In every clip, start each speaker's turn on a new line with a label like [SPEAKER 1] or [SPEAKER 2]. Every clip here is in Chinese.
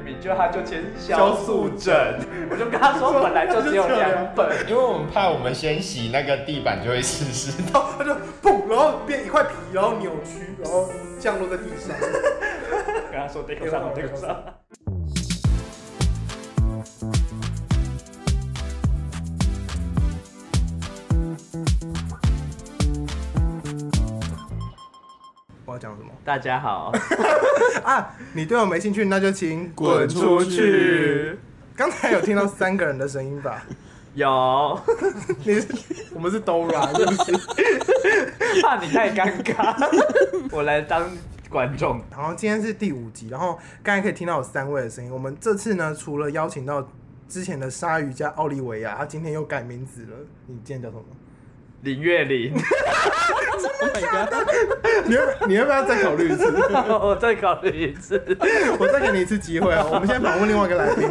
[SPEAKER 1] 本，就他就签
[SPEAKER 2] 消
[SPEAKER 1] 消
[SPEAKER 2] 速
[SPEAKER 1] 速，
[SPEAKER 2] 枕，
[SPEAKER 1] 我就跟他说本来就只有两本，
[SPEAKER 3] 因为我们怕我们先洗那个地板就会湿湿。
[SPEAKER 2] 然后它哦就砰，然后变一块皮，然后扭曲，然后降落在地上。
[SPEAKER 1] 跟他说 d e 上 d e 上。
[SPEAKER 2] 我要讲什么
[SPEAKER 1] 大家好，
[SPEAKER 2] 啊？你对我没兴趣，那就请
[SPEAKER 3] 滚出去！
[SPEAKER 2] 刚才有听到三个人的声音吧？
[SPEAKER 1] 有，
[SPEAKER 2] 你是我们是 Dora，是不是？
[SPEAKER 1] 怕你太尴尬， 我来当观众。
[SPEAKER 2] 然后今天是第五集，然后刚才可以听到有三位的声音。我们这次呢，除了邀请到之前的鲨鱼加奥利维亚，他今天又改名字了。你今天叫什么？
[SPEAKER 1] 林月 玲，
[SPEAKER 4] Oh my god！
[SPEAKER 2] 你要你要不要再考虑一次？
[SPEAKER 1] 我再考虑一次。
[SPEAKER 2] 我再给你一次机会啊！我们现在访问另外一个来宾，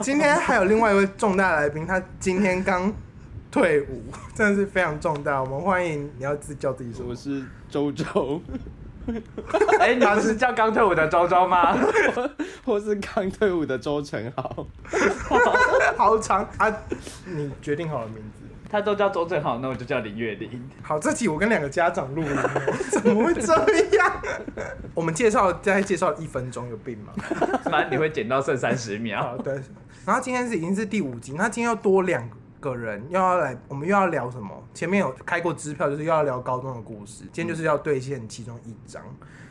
[SPEAKER 2] 今天还有另外一位重大来宾，他今天刚退伍， 真的是非常重大。我们欢迎，你要自叫自己什么
[SPEAKER 4] 我？是周周，
[SPEAKER 1] 哎、你不是叫刚退伍的周周吗？
[SPEAKER 4] 我是刚退伍的周成豪。
[SPEAKER 2] 好长啊！你决定好了名字。
[SPEAKER 1] 他都叫周正豪，那我就叫林月玲。
[SPEAKER 2] 好，这集我跟两个家长录音哦，怎么会这样？ 我们介绍再介绍一分钟，有病吗？
[SPEAKER 1] 反正你会减到剩三十秒
[SPEAKER 2] 好。的。哦然后今天是已经是第五集，那今天又多两个人，又要来，我们又要聊什么？前面有开过支票，就是又要聊高中的故事，今天就是要兑现其中一章。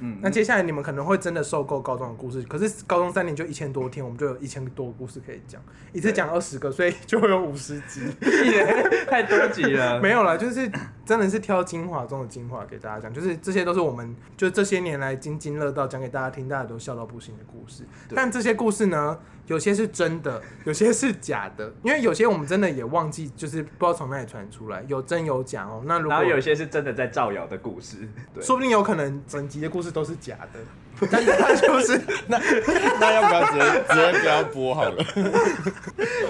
[SPEAKER 1] 嗯，
[SPEAKER 2] 那接下来你们可能会真的受够高中的故事，可是高中三年就一千多天，我们就有一千多个故事可以讲，一次讲二十个，所以就会有五十集。
[SPEAKER 1] 太多集了。
[SPEAKER 2] 没有啦，就是真的是挑精华中的精华给大家讲，就是这些都是我们就这些年来津津乐道讲给大家听，大家都笑到不行的故事。
[SPEAKER 1] 对
[SPEAKER 2] 但这些故事呢，有些是真的， 有些是假的，因为有些我们真的也忘记，就是不知道从哪里传出来，有真有假哦。那如
[SPEAKER 1] 然
[SPEAKER 2] 果
[SPEAKER 1] 后有些是真的在造谣的故事， 对，
[SPEAKER 2] 说不定有可能整集的故事都是假 的，但是它就是
[SPEAKER 3] 那要不要直接直接不要播好了？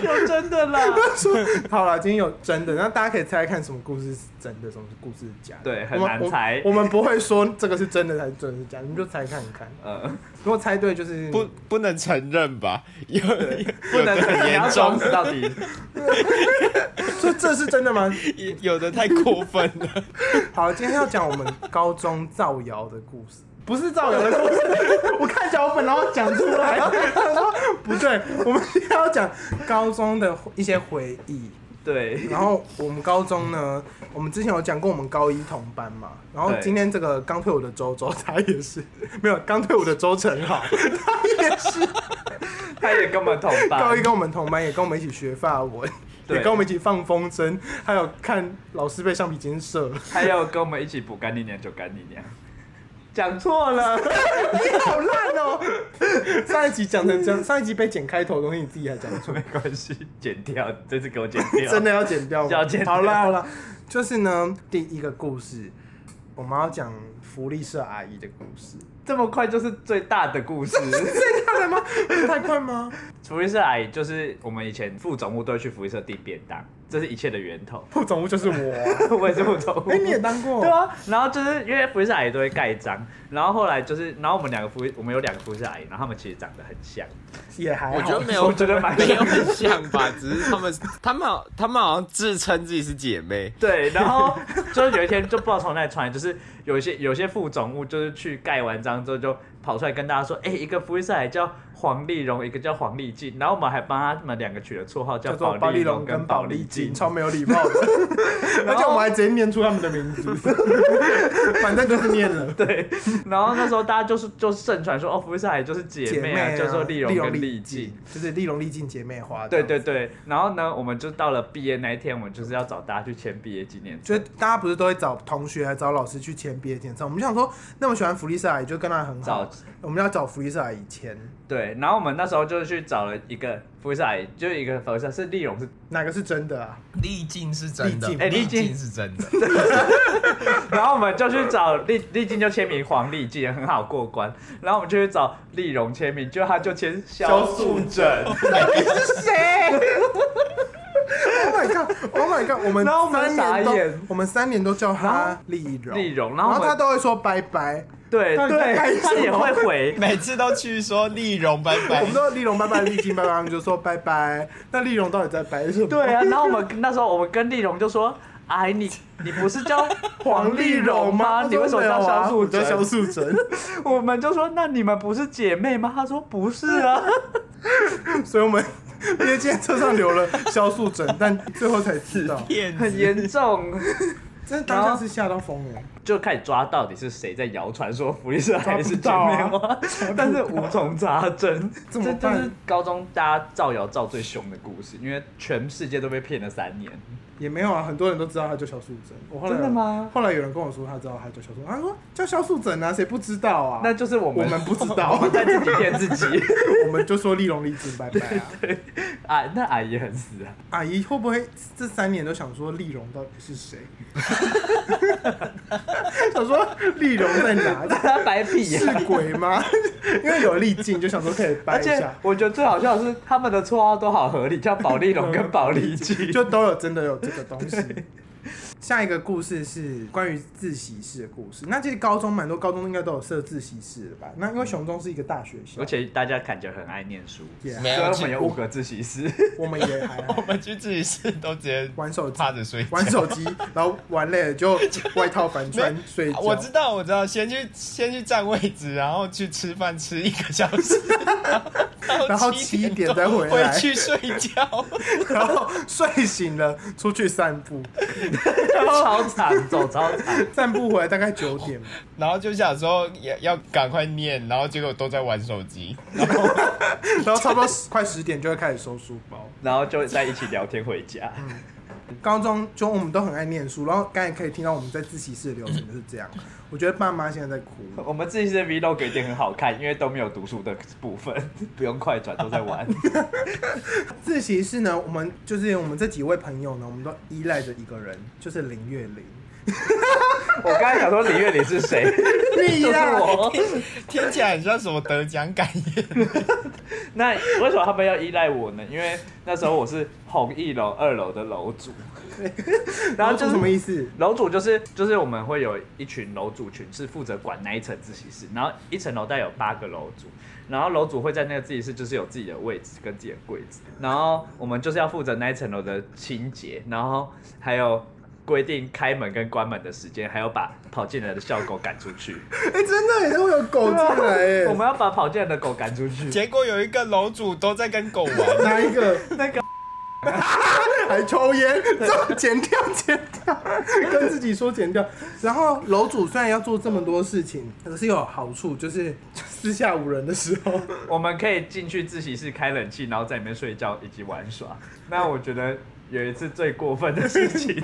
[SPEAKER 1] 有真的啦。
[SPEAKER 2] 好了，今天有真的，那大家可以猜猜看什么故事是真的，什么故事是假的。
[SPEAKER 1] 对很
[SPEAKER 2] 我们
[SPEAKER 1] 难猜
[SPEAKER 2] 我。我们不会说这个是真的才是真的是假的，你们就猜看看。
[SPEAKER 1] 呃，
[SPEAKER 2] 如果猜对就是
[SPEAKER 3] 不，不能承认吧？有
[SPEAKER 1] 不
[SPEAKER 3] 有
[SPEAKER 1] 能
[SPEAKER 3] 的很
[SPEAKER 1] 你要
[SPEAKER 3] 严
[SPEAKER 1] 装
[SPEAKER 3] 重，
[SPEAKER 1] 死到底。
[SPEAKER 2] 这这是真的吗？
[SPEAKER 3] 有的太过分了。
[SPEAKER 2] 好，今天要讲我们高中造谣的故事，不是造谣的故 事。我看脚本，然后讲出来，他说 不对，我们今天要讲高中的一些回忆。
[SPEAKER 1] 对，
[SPEAKER 2] 然后我们高中呢，我们之前有讲过我们高一同班嘛，然后
[SPEAKER 1] 对
[SPEAKER 2] 今天这个刚退伍的周周，他也是 没有刚退伍的周成豪，他也是
[SPEAKER 1] 他也跟我们同班。
[SPEAKER 2] 高一跟我们同班，也跟我们一起学法文，
[SPEAKER 1] 对
[SPEAKER 2] 也跟我们一起放风筝，还有看老师被橡皮筋射。
[SPEAKER 1] 他要跟我们一起补干你娘就干你娘。讲错了，
[SPEAKER 2] 你 好烂哦！上一集讲成这样，上一集被剪开头的东西，你自己还讲出来，
[SPEAKER 1] 没关系，剪掉，你这次给我剪掉。
[SPEAKER 2] 真的要剪掉吗？
[SPEAKER 1] 要剪掉
[SPEAKER 2] 好啦好啦，就是呢，第一个故事，我们要讲福利社阿姨的故事。
[SPEAKER 1] 这么快就是最大的故事。
[SPEAKER 2] 太快了吗？太快吗？
[SPEAKER 1] 福利社阿姨就是我们以前副总务都会去福利社订便当，这是一切的源头。
[SPEAKER 2] 副总务就是我、
[SPEAKER 1] 我也是副总务。
[SPEAKER 2] 哎、你也当过？
[SPEAKER 1] 对啊，然后就是因为福利社阿姨都会盖章，然后后来就是，然后我们两个福利，我们有两个福利社阿姨，然后他们其实长得很像，
[SPEAKER 2] 也还好。
[SPEAKER 4] 我觉得没
[SPEAKER 1] 我
[SPEAKER 4] 有，
[SPEAKER 1] 觉得蛮
[SPEAKER 4] 没有很像吧，只是他们他们好他们好像自称自己是姐妹。
[SPEAKER 1] 对，然后就是有一天就不知道从哪里传来，就是有一些有些副总务就是去盖完章之后就跑出来跟大家说，哎、一个福利社阿姨叫黄丽蓉，一个叫黄丽静，然后我们还帮他们两个取了绰号
[SPEAKER 2] 叫
[SPEAKER 1] 叫
[SPEAKER 2] 做
[SPEAKER 1] 宝
[SPEAKER 2] 包
[SPEAKER 1] 丽
[SPEAKER 2] 丽龙
[SPEAKER 1] 跟
[SPEAKER 2] 跟
[SPEAKER 1] 宝
[SPEAKER 2] 宝
[SPEAKER 1] 丽
[SPEAKER 2] 丽
[SPEAKER 1] 静
[SPEAKER 2] 金，，超没有礼 貌的。而
[SPEAKER 1] 然
[SPEAKER 2] 且我
[SPEAKER 1] 后
[SPEAKER 2] 们还直接念出他们的名字，反正就是念了。
[SPEAKER 1] 对，然后那时候大家就是就是盛传说哦，福利社阿姨就是 姐妹啊，
[SPEAKER 2] 啊
[SPEAKER 1] 叫做丽蓉跟
[SPEAKER 2] 丽
[SPEAKER 1] 丽静。，
[SPEAKER 2] 啊就是丽蓉丽静姐妹花。
[SPEAKER 1] 对对。对，然后呢，我们就到了毕业那一天，我们就是要找大家去签毕业纪念册
[SPEAKER 2] 就。大家不是都会找同学还找老师去签毕业检测，我们就想说那么喜欢福利社阿姨，就跟她很好
[SPEAKER 1] 找，
[SPEAKER 2] 我们要找福利社阿姨签，
[SPEAKER 1] 对，然后我们那时候就去找了一个福利社阿姨，就一个福利社是丽蓉是，
[SPEAKER 2] 哪个是真的啊？
[SPEAKER 3] 丽静是
[SPEAKER 2] 真的丽静
[SPEAKER 1] 哎丽静
[SPEAKER 3] 是真的。
[SPEAKER 1] 然后我们就去找丽丽静就签名黄丽静，很好过关。然后我们就去找丽蓉签名，就她就签
[SPEAKER 2] 萧
[SPEAKER 1] 萧
[SPEAKER 2] 素
[SPEAKER 1] 素贞。
[SPEAKER 2] 是谁？Oh my god！Oh my god！我们
[SPEAKER 1] 然后我们
[SPEAKER 2] 三年
[SPEAKER 1] 傻
[SPEAKER 2] 都
[SPEAKER 1] 眼
[SPEAKER 2] 我们三年都叫她丽蓉，
[SPEAKER 1] 丽蓉然
[SPEAKER 2] 然
[SPEAKER 1] 后我
[SPEAKER 2] 后
[SPEAKER 1] 们
[SPEAKER 2] 她都会说拜拜，
[SPEAKER 1] 对
[SPEAKER 2] 到底在
[SPEAKER 1] 对
[SPEAKER 2] 干，
[SPEAKER 1] 他
[SPEAKER 2] 什
[SPEAKER 1] 也
[SPEAKER 2] 么
[SPEAKER 1] 会回，
[SPEAKER 3] 每次都去说丽蓉拜拜
[SPEAKER 2] 我们，都丽蓉拜拜，丽晶拜拜，他们就说拜拜。那丽蓉到底在拜什么？
[SPEAKER 1] 对啊，然后我们那时候我们跟丽蓉就说：“哎，你你不是叫黄
[SPEAKER 2] 黄
[SPEAKER 1] 丽
[SPEAKER 2] 丽
[SPEAKER 1] 蓉
[SPEAKER 2] 蓉
[SPEAKER 1] 吗？
[SPEAKER 2] 吗？
[SPEAKER 1] 你为什么叫萧素
[SPEAKER 2] 啊叫萧
[SPEAKER 1] 贞
[SPEAKER 2] 素贞？？”
[SPEAKER 1] 我们就说：“那你们不是姐妹吗？”她说：“不是 啊。
[SPEAKER 2] 所以我们因为今天车上留了萧素贞，但最后才 知道，
[SPEAKER 3] 骗”
[SPEAKER 1] 很严重，
[SPEAKER 2] 真的当下是吓到疯了。
[SPEAKER 1] 就开始抓到底是谁在谣传说福利社还是姐
[SPEAKER 2] 抓
[SPEAKER 1] 妹
[SPEAKER 2] 不到啊
[SPEAKER 1] 花， 但是无从查证。
[SPEAKER 2] 怎么
[SPEAKER 1] 这就
[SPEAKER 2] 办
[SPEAKER 1] 是高中大家造谣造最凶的故事，因为全世界都被骗了三年。
[SPEAKER 2] 也没有啊，很多人都知道他叫萧素贞。我后来
[SPEAKER 1] 真的吗
[SPEAKER 2] 后来有人跟我说他知道他叫萧素贞，他说叫萧素贞啊，谁不知道啊？
[SPEAKER 1] 那就是我
[SPEAKER 2] 我
[SPEAKER 1] 们
[SPEAKER 2] 们不知道
[SPEAKER 1] 我，们在自己骗自己。
[SPEAKER 2] 我们就说丽蓉丽晶拜拜啊。
[SPEAKER 1] 啊，那阿姨很死啊。
[SPEAKER 2] 阿姨会不会这三年都想说丽蓉到底是谁？ 想说丽蓉在哪？
[SPEAKER 1] 他白 屁啊呀、
[SPEAKER 2] 是鬼吗？ 因为有丽静，就想说可以掰
[SPEAKER 1] 而
[SPEAKER 2] 一
[SPEAKER 1] 且
[SPEAKER 2] 下，
[SPEAKER 1] 我觉得最好笑的是，他们的绰号都好合理，叫保利龙跟保利 鸡。
[SPEAKER 2] 就都有真的有这个东西。下一个故事是关于自习室的故事。那其实高中蛮多高中应该都有设自习室的吧？那因
[SPEAKER 3] 嗯
[SPEAKER 2] 为雄中是一个大学校，
[SPEAKER 1] 而且大家感觉很爱念书，
[SPEAKER 2] 也
[SPEAKER 1] 所
[SPEAKER 3] 没
[SPEAKER 1] 以
[SPEAKER 3] 有
[SPEAKER 1] 我们有五个自习 室。
[SPEAKER 2] 我们也还好
[SPEAKER 3] 我们去自习室都直接
[SPEAKER 2] 玩手机
[SPEAKER 3] 趴，着睡觉
[SPEAKER 2] 玩手机，然后玩累了就外套反穿
[SPEAKER 3] 没
[SPEAKER 2] 睡觉。
[SPEAKER 3] 啊我知道，我知道，先去先去占位置，然后去吃饭，吃一个小时，
[SPEAKER 2] 然后
[SPEAKER 3] 七
[SPEAKER 2] 7点再回来
[SPEAKER 3] 去睡 觉。
[SPEAKER 2] 然后睡醒了出去散步，
[SPEAKER 1] 操场走操场，
[SPEAKER 2] 散步回来大概九点，
[SPEAKER 3] 然后就想说也要赶快念，然后结果都在玩手机。
[SPEAKER 2] 然后差不多10快十点就会开始收书包。
[SPEAKER 1] 然后就在一起聊天回家。
[SPEAKER 2] 高中就我们都很爱念书，然后刚才可以听到我们在自习室的流程就是这样。我觉得爸妈现在在哭，
[SPEAKER 1] 我们自习室的 vlog 一定很好看，因为都没有读书的部分， 不用快转，都在 玩。
[SPEAKER 2] 自习室呢，我们就是我们这几位朋友呢，我们都依赖着一个人，就是林月玲。
[SPEAKER 1] 我刚才想说李月玲是 谁，
[SPEAKER 2] 你
[SPEAKER 1] 就是
[SPEAKER 2] 呀
[SPEAKER 1] 我。
[SPEAKER 3] 听起来很像什么得奖感言。
[SPEAKER 1] 那为什么他们要依赖我呢？因为那时候我是红一楼二楼的楼 主，然后就是
[SPEAKER 2] 什么意思？
[SPEAKER 1] 楼主就是就是我们会有一群楼主群是负责管那一层自习室，然后一层楼带有八个楼主，然后楼主会在那个自习室就是有自己的位置跟自己的柜子，然后我们就是要负责那一层楼的清洁，然后还有规定开门跟关门的时间，还有把跑进来的小狗赶出去。
[SPEAKER 2] 哎、 真的也是会有狗进来耶
[SPEAKER 1] 啊我们要把跑进来的狗赶出去。
[SPEAKER 3] 结果有一个楼主都在跟狗玩，
[SPEAKER 2] 哪一个？
[SPEAKER 1] 那个
[SPEAKER 2] 还抽烟，这剪掉 剪掉，跟自己说剪掉。然后楼主虽然要做这么多事情，可是有好处，就是私下无人的时 候，
[SPEAKER 1] 我们可以进去自习室开冷气，然后在里面睡觉以及玩耍。那我觉得有一次最过分的事情，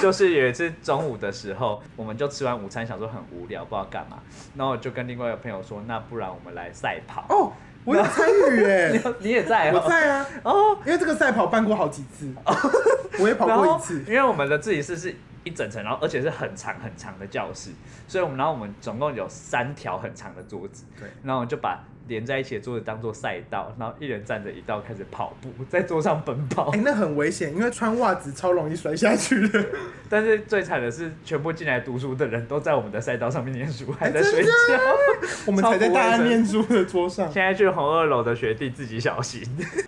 [SPEAKER 1] 就是有一次中午的时候，我们就吃完午餐，想说很无聊，不知道干嘛。然后我就跟另外一个朋友说，那不然我们来赛跑。
[SPEAKER 2] 哦，我有参 与
[SPEAKER 1] 你
[SPEAKER 2] 耶，
[SPEAKER 1] 有你也在、哦？
[SPEAKER 2] 我在啊，
[SPEAKER 1] 哦。
[SPEAKER 2] 因为这个赛跑办过好几次，我也跑
[SPEAKER 1] 然
[SPEAKER 2] 过
[SPEAKER 1] 后
[SPEAKER 2] 一次
[SPEAKER 1] 因。为我们的自习室是一整层，然后而且是很长很长的教室，所以我们然后我们总共有三条很长的桌子，
[SPEAKER 2] 对，
[SPEAKER 1] 然后我们就把连在一起的桌子当做赛道，然后一人站着一道开始跑步，在桌上奔跑。
[SPEAKER 2] 哎、那很危险，因为穿袜子超容易摔下去的。
[SPEAKER 1] 但是最惨的是，全部进来读书的人都在我们的赛道上面念书，还
[SPEAKER 2] 哎
[SPEAKER 1] 在睡觉。
[SPEAKER 2] 我们才在大家念书的桌上，
[SPEAKER 1] 现在去红二楼的学弟自己小心，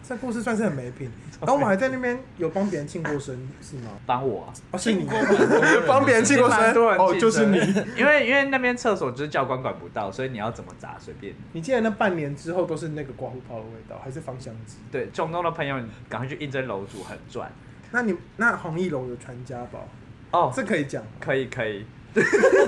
[SPEAKER 2] 这故事算是很没品。然后我们还在那边有帮别人庆过生，是吗？
[SPEAKER 1] 帮我啊。
[SPEAKER 2] 哦，是你
[SPEAKER 3] 庆过蛮多人的
[SPEAKER 2] 帮别人庆过生
[SPEAKER 1] 蛮，多人
[SPEAKER 2] 哦，
[SPEAKER 1] 记
[SPEAKER 2] 就是
[SPEAKER 1] 得
[SPEAKER 2] 你。，
[SPEAKER 1] 因为因为那边厕所就是教官管不到，所以你要怎么砸随便你。
[SPEAKER 2] 你记得那半年之后都是那个刮胡泡的味道，还是芳香剂？
[SPEAKER 1] 对，中东的朋友，你赶快去应征楼主，很赚
[SPEAKER 2] 那你那红翼龙有传家宝，
[SPEAKER 1] 哦。
[SPEAKER 2] 这可以讲吗。
[SPEAKER 1] 可以可以。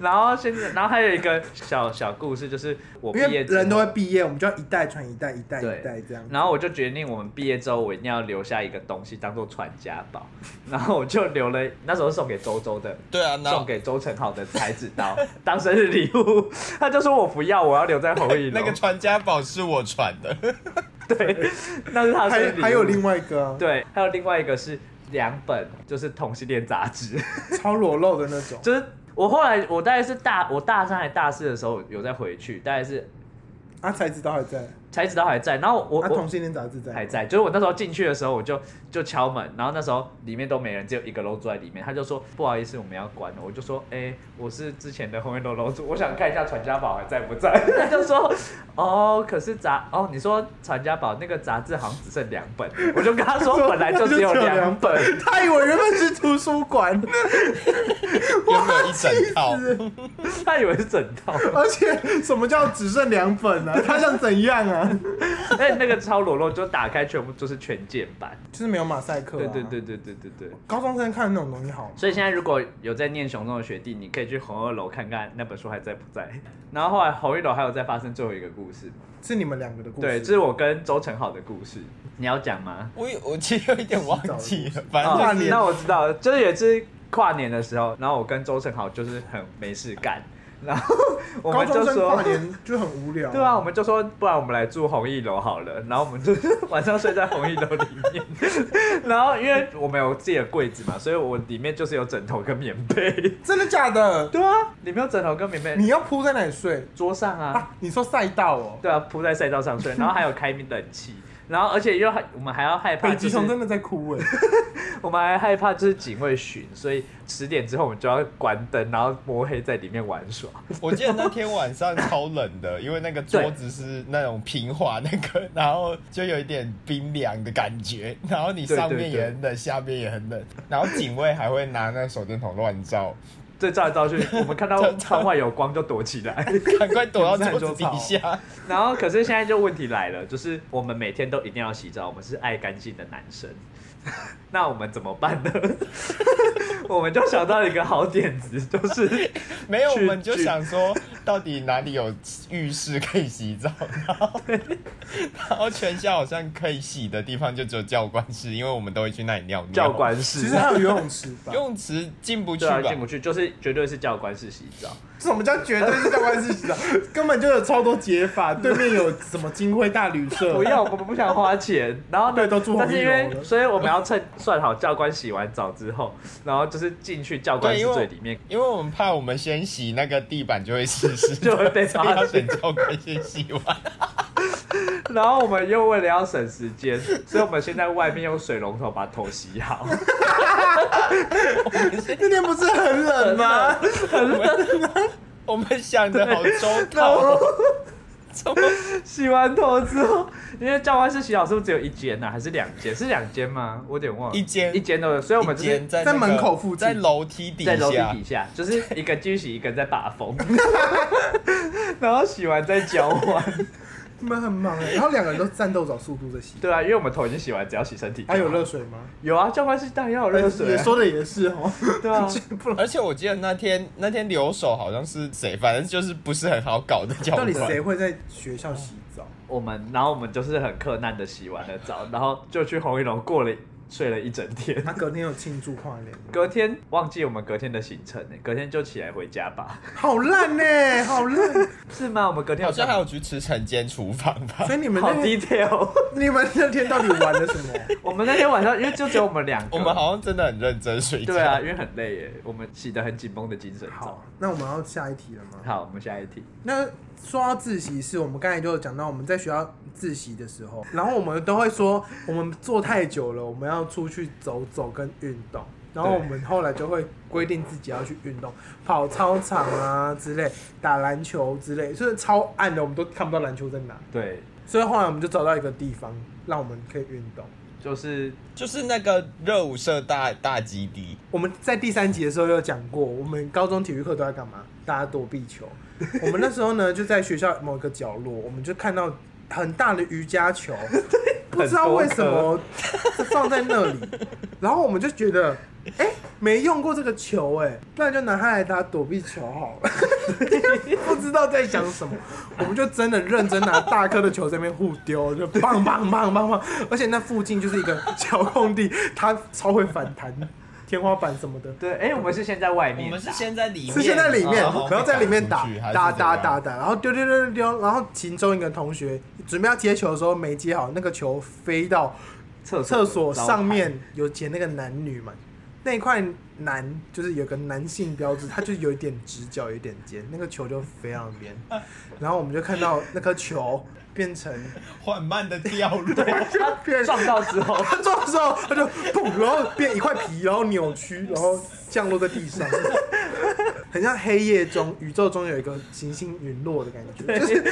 [SPEAKER 1] 然后现在，然后还有一个小小故事，就是我毕
[SPEAKER 2] 因为
[SPEAKER 1] 业之
[SPEAKER 2] 人都
[SPEAKER 1] 后
[SPEAKER 2] 会，毕业，我们就要一代传一代，一代
[SPEAKER 1] 对
[SPEAKER 2] 一代这样。
[SPEAKER 1] 然后我就决定我们毕业之后，我一定要留下一个东西当做传家宝。 然后我就留了，那时候是送给周周的，
[SPEAKER 3] 对啊，那
[SPEAKER 1] 送给周成浩的裁纸刀 当生日礼物。 他就说我不要，我要留在红翼
[SPEAKER 3] 那
[SPEAKER 1] 楼
[SPEAKER 3] 个。传家宝是我传的，
[SPEAKER 1] 对，那是他的生日
[SPEAKER 2] 还
[SPEAKER 1] 礼物。
[SPEAKER 2] 还有另外一个、啊、
[SPEAKER 1] 对，还有另外一个是两本，就是同性恋杂志。
[SPEAKER 2] 超裸露的那种，
[SPEAKER 1] 就是我后来我大概是大我大三还大四的时候有再回去，大概是
[SPEAKER 2] 啊，才知道还在。
[SPEAKER 1] 才子刀还在，然后我
[SPEAKER 2] 那
[SPEAKER 1] 我
[SPEAKER 2] 啊同性恋杂志
[SPEAKER 1] 还
[SPEAKER 2] 在，
[SPEAKER 1] 在，就是我那时候进去的时候，我就就敲门，然后那时候里面都没人，只有一个楼主在里面，他就说不好意思，我们要关了。我就说，哎、我是之前的后面楼楼主，我想看一下传家宝还在不在。 他就说，哦，可是杂哦，你说传家宝那个杂志好像只剩两本，我就跟他说本来就只有两本，
[SPEAKER 2] 他以为原本是图书馆，
[SPEAKER 1] 哦
[SPEAKER 3] 原本有一 整套，
[SPEAKER 1] 他以为是整套，
[SPEAKER 2] 而且什么叫只剩两本 啊？他想怎样啊？
[SPEAKER 1] 但那个超裸露就打开全部就是全键版，
[SPEAKER 2] 就是没有马赛克、啊。
[SPEAKER 1] 对对对，对对对对。
[SPEAKER 2] 高中生看那种东西好吗？
[SPEAKER 1] 所以现在如果有在念雄中的学弟，你可以去红二楼看看那本书还在不在。 然后后来红一楼还有再发生最后一个故事，
[SPEAKER 2] 是你们两个的故事。
[SPEAKER 1] 对，这是我跟周成好的故事，你要讲吗？
[SPEAKER 3] 我有我其实有一点忘记了，反
[SPEAKER 1] 哦
[SPEAKER 3] 正
[SPEAKER 2] 跨年
[SPEAKER 1] 那我知道，就是有一次跨年的时候，然后我跟周成好就是很没事干，然后我
[SPEAKER 2] 高
[SPEAKER 1] 们就
[SPEAKER 2] 中生
[SPEAKER 1] 说
[SPEAKER 2] 跨。年就很无 聊。
[SPEAKER 1] 对啊，我们就说，不然我们来住红一楼好了。然后我们就晚上睡在红一楼里面。 然后因为我们有自己的柜子嘛，所以我里面就是有枕头跟棉被。
[SPEAKER 2] 真的假的？
[SPEAKER 1] 对啊，里面有枕头跟棉被。
[SPEAKER 2] 你要铺在哪里睡
[SPEAKER 1] 桌上啊，
[SPEAKER 2] 啊？你说赛道哦？
[SPEAKER 1] 对啊，铺在赛道上睡，然后还有开冷气，然后而且又还我们还要害怕，
[SPEAKER 2] 北
[SPEAKER 1] 啊就
[SPEAKER 2] 极
[SPEAKER 1] 是
[SPEAKER 2] 熊真的在哭哎、
[SPEAKER 1] 我们还害怕就是警卫巡，所以十点之后我们就要关灯，然后摸黑在里面玩耍。
[SPEAKER 3] 我记得那天晚上超冷的，因为那个桌子是那种平滑那个，然后就有一点冰凉的感觉， 然后你
[SPEAKER 1] 对对
[SPEAKER 3] 上面也很冷，下面也很冷，然后警卫还会拿那手电筒乱照，
[SPEAKER 1] 这照来照去，我们看到窗外有光就躲起来。
[SPEAKER 3] 赶快躲到桌子底下。
[SPEAKER 1] 然后可是现在就问题来了，就是我们每天都一定要洗澡，我们是爱干净的男生， 那我们怎么办呢？ 我们就想到一个好点子，就是
[SPEAKER 3] 没有，我
[SPEAKER 1] 去
[SPEAKER 3] 们就
[SPEAKER 1] 去
[SPEAKER 3] 想说到底哪里有浴室可以 洗澡，然后然后全校好像可以洗的地方就只有教官室，因为我们都会去那里尿尿。
[SPEAKER 1] 教官室。
[SPEAKER 2] 其实还有游泳池吧
[SPEAKER 3] 游？泳池进不去
[SPEAKER 1] 对啊，
[SPEAKER 3] 吧？
[SPEAKER 1] 进不去就是绝对是教官室洗澡。
[SPEAKER 2] 什么叫绝对是教官式洗澡？根本就有超多解 法，对面有什么金辉大旅 社？
[SPEAKER 1] 不要，我们不想花钱。然后呢
[SPEAKER 2] 对，都住
[SPEAKER 1] 但是因
[SPEAKER 2] 红衣楼
[SPEAKER 1] 为，
[SPEAKER 2] 了
[SPEAKER 1] 所以我们要趁算好教官洗完澡之后，然后就是进去教官
[SPEAKER 3] 对
[SPEAKER 1] 室
[SPEAKER 3] 因为
[SPEAKER 1] 最里面，
[SPEAKER 3] 因为我们怕我们先洗那个地板就会湿湿的，
[SPEAKER 1] 就会被
[SPEAKER 3] 所以
[SPEAKER 1] 发
[SPEAKER 3] 要
[SPEAKER 1] 现
[SPEAKER 3] 等教官先洗完。
[SPEAKER 1] 然后我们又为了要省时 间，所以我们先在外面用水龙头把头洗好。
[SPEAKER 2] 那天不是 很冷吗？
[SPEAKER 3] 我们想的好周到哦，怎么
[SPEAKER 1] 洗完头之后，因为教官室洗澡是不是只有一间呢、啊？还是两间？是两间吗？我有点忘了。
[SPEAKER 3] 一间
[SPEAKER 1] 一间都有，所以我们就是
[SPEAKER 3] 间在
[SPEAKER 2] 在
[SPEAKER 3] 那
[SPEAKER 2] 门
[SPEAKER 3] 个
[SPEAKER 2] 口附近
[SPEAKER 3] 在楼梯底
[SPEAKER 1] 在楼梯
[SPEAKER 3] 下
[SPEAKER 1] 底，下，就是一个继续洗，一个在把风， 然后洗完再交换。
[SPEAKER 2] 你们很忙哎、然后两个人都战斗找速度在洗。
[SPEAKER 1] 对啊，因为我们头已经洗完，只要洗身体就好。
[SPEAKER 2] 还有热水吗？
[SPEAKER 1] 有啊，教官室当然 要有热水、
[SPEAKER 2] 也
[SPEAKER 1] 啊。
[SPEAKER 2] 说的也 是哦，
[SPEAKER 1] 对啊，
[SPEAKER 2] 不然
[SPEAKER 3] 而且我记得那天那天留守好像是谁，反正就是不是很好搞的教
[SPEAKER 2] 到
[SPEAKER 3] 官
[SPEAKER 2] 底。谁会在学校洗澡？
[SPEAKER 1] 我们然后我们就是很困难的洗完了澡，然后就去红一楼过了睡了一整天。
[SPEAKER 2] 他隔天有庆祝跨年，
[SPEAKER 1] 隔天忘记我们隔天的行程呢，隔天就起来回家吧，
[SPEAKER 2] 好烂呢、 好烂！
[SPEAKER 1] 是吗？我们隔天
[SPEAKER 3] 好像还
[SPEAKER 1] 干
[SPEAKER 3] 有
[SPEAKER 1] 嘛
[SPEAKER 3] 去吃晨间厨房吧
[SPEAKER 2] 所以？你们
[SPEAKER 1] 好
[SPEAKER 2] 那天
[SPEAKER 1] detail。
[SPEAKER 2] 你们那天到底玩了什么？
[SPEAKER 1] 我们那天晚上因为就只有我们两 个，
[SPEAKER 3] 我们好像真的很认真睡觉。
[SPEAKER 1] 对啊，因为很累耶，我们洗得很紧绷的精神澡
[SPEAKER 2] 好。，那我们要下一题了吗？
[SPEAKER 1] 好，我们下一题。
[SPEAKER 2] 那说到自习室，我们刚才就有讲到我们在学校自习的时候，然后我们都会说我们坐太久了，我们要出去走走跟运动。然后我们后来就会规定自己要去运动，跑操场啊之类，打篮球之类，就是超暗的，我们都看不到篮球在哪。
[SPEAKER 1] 对，
[SPEAKER 2] 所以后来我们就找到一个地方，让我们可以运动。
[SPEAKER 1] 就是
[SPEAKER 3] 就是那个热舞社大大基地，
[SPEAKER 2] 我们在第三集的时候有讲过，我们高中体育课都在干嘛？大家躲避球。我们那时候呢，就在学校某一个角落，我们就看到很大的瑜伽球，不知道为什么放在那里，然后我们就觉得，哎、没用过这个球、哎，那就拿它来打躲避球好了。 不知道在想什么，我们就真的认真拿大颗的球在那边互丢，就棒棒棒棒棒，而且那附近就是一个小空地，它超会反弹，天花板什么的。
[SPEAKER 1] 对，哎、我们是先在外
[SPEAKER 3] 我
[SPEAKER 1] 面打，
[SPEAKER 3] 们是先在里面，
[SPEAKER 2] 是先在里面，
[SPEAKER 3] 哦
[SPEAKER 2] 然后在里面打
[SPEAKER 3] 出去还是
[SPEAKER 2] 打
[SPEAKER 3] 怎
[SPEAKER 2] 打
[SPEAKER 3] 样
[SPEAKER 2] 打打，然后丢丢丢丢丢，然后其中一个同学准备要接球的时候没接好，那个球飞到
[SPEAKER 1] 厕
[SPEAKER 2] 厕所
[SPEAKER 1] 的招牌
[SPEAKER 2] 上，面有剪那个男女嘛，那一块男就是有个男性标志，它就有一点直角，有一点尖，那个球就飞到那边，然后我们就看到那颗球变成
[SPEAKER 3] 缓慢的掉落，
[SPEAKER 1] 他 撞到之后，
[SPEAKER 2] 他撞的时候他就砰，然后变一块皮，然后扭曲，然后降落在地上，很像黑夜中宇宙中有一个行星陨落的感觉，就是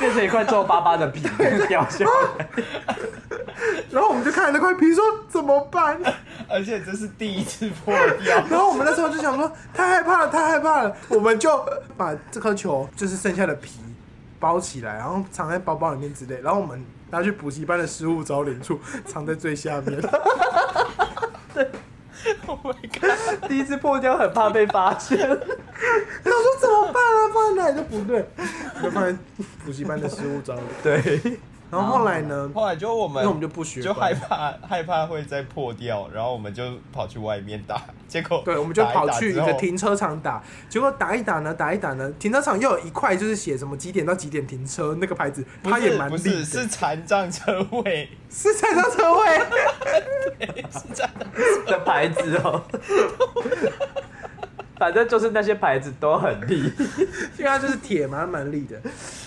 [SPEAKER 1] 变成一块皱巴巴的皮掉下来。
[SPEAKER 2] 然后我们就看着那块皮说怎么办？
[SPEAKER 3] 而且这是第一次破掉。
[SPEAKER 2] 然后我们那时候就想说太害怕了，太害怕了，我们就把这颗球就是剩下的皮包起来，然后藏在包包里面之类。然后我们拿去补习班的失物招领处，藏在最下面。
[SPEAKER 3] Oh my god！
[SPEAKER 1] 第一次破掉很怕被发现，
[SPEAKER 2] 然后说怎么办啊？放在哪里都不对，就放在补习班的失物招领。
[SPEAKER 1] 对，
[SPEAKER 2] 然后后来呢？
[SPEAKER 3] 后来就我们，
[SPEAKER 2] 那我们就不学
[SPEAKER 3] 就
[SPEAKER 2] 乖
[SPEAKER 3] 害怕害怕会再破掉，然后我们就跑去外面打，结果
[SPEAKER 2] 对，我们就
[SPEAKER 3] 打
[SPEAKER 2] 跑
[SPEAKER 3] 打
[SPEAKER 2] 去一
[SPEAKER 3] 之后
[SPEAKER 2] 个停车场打，结果打一打呢，打一打呢，停车场又有一块就是写什么几点到几点停车那个牌子，
[SPEAKER 3] 不
[SPEAKER 2] 它
[SPEAKER 3] 是
[SPEAKER 2] 也蛮
[SPEAKER 3] 不
[SPEAKER 2] 厉
[SPEAKER 3] 是
[SPEAKER 2] 的，
[SPEAKER 3] 是残障车位，
[SPEAKER 2] 是踩到车位。
[SPEAKER 3] 是残
[SPEAKER 2] 哦
[SPEAKER 3] 障
[SPEAKER 1] 的牌子哦。 反正就是那些牌子都很利，
[SPEAKER 2] 因为它就是铁嘛，蛮力的。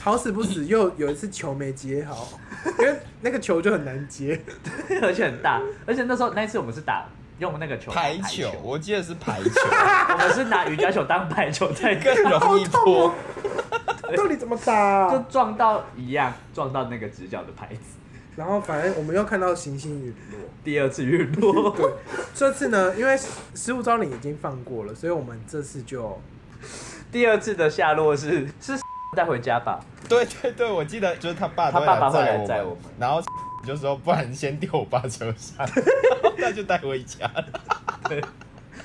[SPEAKER 2] 好死不死，又有一次球没接好，因为那个球就很难接。
[SPEAKER 1] 而且很大，而且那时候那一次我们是打用那个球打
[SPEAKER 3] 排
[SPEAKER 1] 球
[SPEAKER 3] 球，，我记得是排球，
[SPEAKER 1] 我们是拿瑜伽球当排球 在
[SPEAKER 3] 更容易
[SPEAKER 2] 哦
[SPEAKER 3] 破。
[SPEAKER 2] 到底怎么打啊、
[SPEAKER 1] 就撞到一样，撞到那个直角的牌子。
[SPEAKER 2] 然后反正我们又看到行星陨落。
[SPEAKER 1] 第二次陨落，
[SPEAKER 2] 对，这次呢，因为失物招领已经放过了，所以我们这次就
[SPEAKER 1] 第二次的下落是是 带回家吧？
[SPEAKER 3] 对对对，我记得就是他爸
[SPEAKER 1] 他
[SPEAKER 3] 都
[SPEAKER 1] 爸爸会来
[SPEAKER 3] 我
[SPEAKER 1] 载
[SPEAKER 3] 们
[SPEAKER 1] 我们
[SPEAKER 3] 然后 就说不然先丢我爸车 上，然后他就带回家了。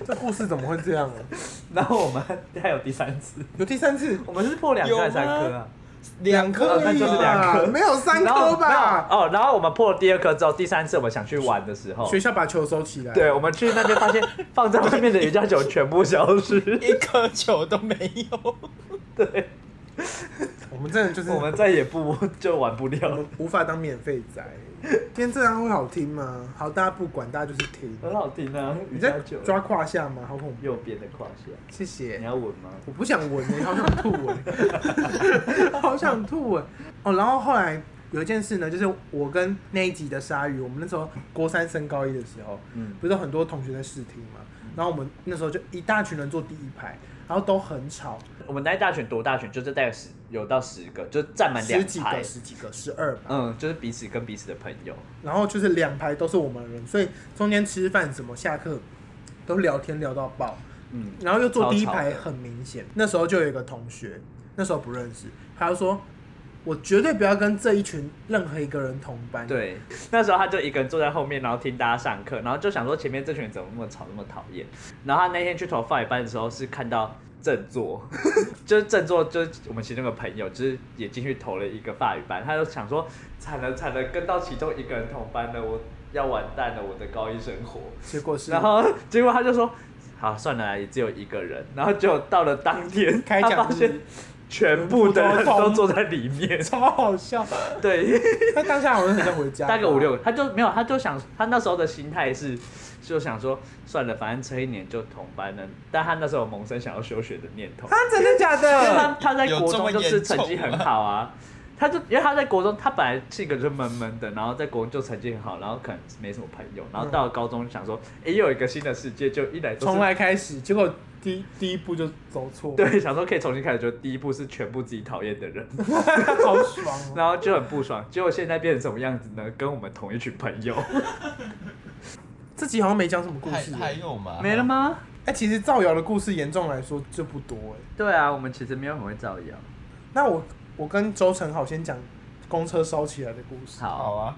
[SPEAKER 2] 这故事怎么会这样啊？
[SPEAKER 1] 然后我们还有第三次，
[SPEAKER 2] 有第三次，
[SPEAKER 1] 我们是破两颗还是三
[SPEAKER 3] 有
[SPEAKER 1] 颗啊
[SPEAKER 3] 吗？两
[SPEAKER 2] 颗
[SPEAKER 1] 那就是
[SPEAKER 2] 而已啊
[SPEAKER 1] 两
[SPEAKER 2] 啦
[SPEAKER 1] 颗
[SPEAKER 2] 没有三颗吧
[SPEAKER 1] 然？后没有哦，然后我们破了第二颗之后，第三次我们想去玩的时候，
[SPEAKER 2] 学校把球收起来，
[SPEAKER 1] 对，我们去那边发 现放在外面的瑜伽球全部消失，
[SPEAKER 3] 一颗球都没有。
[SPEAKER 1] 对，
[SPEAKER 2] 我们真的就是
[SPEAKER 1] 我们再也不就玩不了
[SPEAKER 2] 我
[SPEAKER 1] 了
[SPEAKER 2] 们。无法当免费仔。今天这样会好听吗？好，大家不管，大家就是听。
[SPEAKER 1] 很好听啊，瑜
[SPEAKER 2] 你在
[SPEAKER 1] 伽球
[SPEAKER 2] 抓胯下吗？好恐怖！
[SPEAKER 1] 右边的胯下，
[SPEAKER 2] 谢
[SPEAKER 1] 你
[SPEAKER 2] 谢。
[SPEAKER 1] 要闻吗？
[SPEAKER 2] 我不想闻欸好想吐哎， 好想吐哎。哦，然后后来有一件事呢，就是我跟那一集的鲨鱼，我们那时候国三升高一的时候，
[SPEAKER 1] 嗯，
[SPEAKER 2] 不是有很多同学在试听嘛，然后我们那时候就一大群人坐第一排，然后都很吵，
[SPEAKER 1] 我们那一大群多大群，就是大概十有到十个，就占满两
[SPEAKER 2] 十几
[SPEAKER 1] 排
[SPEAKER 2] 个、，十几个、十二吧，
[SPEAKER 1] 嗯，就是彼此跟彼此的朋友，
[SPEAKER 2] 然后就是两排都是我们人，所以中间吃饭什么、下课都聊天聊到爆。
[SPEAKER 1] 嗯，
[SPEAKER 2] 然后又坐第一排
[SPEAKER 1] 超吵的
[SPEAKER 2] 很明显，那时候就有一个同学，那时候不认识，他就说：“我绝对不要跟这一群任何一个人同班。”，
[SPEAKER 1] 对，那时候他就一个人坐在后面，然后听大家上课，然后就想说前面这群人怎么那么吵，那么讨厌。然后他那天去投放一班的时候，是看到振作， 就是振作，就是我们其中一个朋友，就是也进去投了一个法语班，他就想说惨了惨了，跟到其中一个人同班了，我要完蛋了，我的高一生活。
[SPEAKER 2] 结果是
[SPEAKER 1] 然后 结果他就说，好算了啦，也只有一个人。然后结果到了当天，
[SPEAKER 2] 开
[SPEAKER 1] 他
[SPEAKER 2] 奖
[SPEAKER 1] 发
[SPEAKER 2] 日
[SPEAKER 1] 现全部的人都坐在里面，
[SPEAKER 2] 超好笑。
[SPEAKER 1] 对。
[SPEAKER 2] 他当下好像很想回 家，
[SPEAKER 1] 大概五六个，他就没有，他就想，他那时候的心态是，就想说算了，反正这一年就同班了。但他那时候有萌生想要休学的念头，
[SPEAKER 2] 啊，真 的假
[SPEAKER 1] 因为
[SPEAKER 2] 的？
[SPEAKER 1] 他他在
[SPEAKER 3] 有
[SPEAKER 1] 国
[SPEAKER 3] 这
[SPEAKER 1] 中
[SPEAKER 3] 么
[SPEAKER 1] 就是
[SPEAKER 3] 严
[SPEAKER 1] 成
[SPEAKER 3] 重
[SPEAKER 1] 绩很
[SPEAKER 3] 吗
[SPEAKER 1] 好啊，他就因为他在国中，他本来性格就闷闷的，然后在国中就成绩很好，然后可能没什么朋友，然后到了高中想说，哎、又有一个新的世界，就一来都是
[SPEAKER 2] 从来开始，结果第一第一步就走错，，
[SPEAKER 1] 对，想说可以重新开始，就第一步是全部自己讨厌的 人，
[SPEAKER 2] 好 爽哦。
[SPEAKER 1] 然后就很不爽，结果现在变成什么样子呢？跟我们同一群朋友，
[SPEAKER 2] 这集好像没讲什么故
[SPEAKER 3] 还
[SPEAKER 2] 事耶，
[SPEAKER 3] 还有吗？
[SPEAKER 1] 没了 吗？
[SPEAKER 2] 哎，其实造谣的故事严重来说就不多哎。
[SPEAKER 1] 对啊，我们其实没有很会造谣。
[SPEAKER 2] 那我我跟周成好先讲公车烧起来的故事。
[SPEAKER 3] 好
[SPEAKER 1] 好，
[SPEAKER 3] 啊，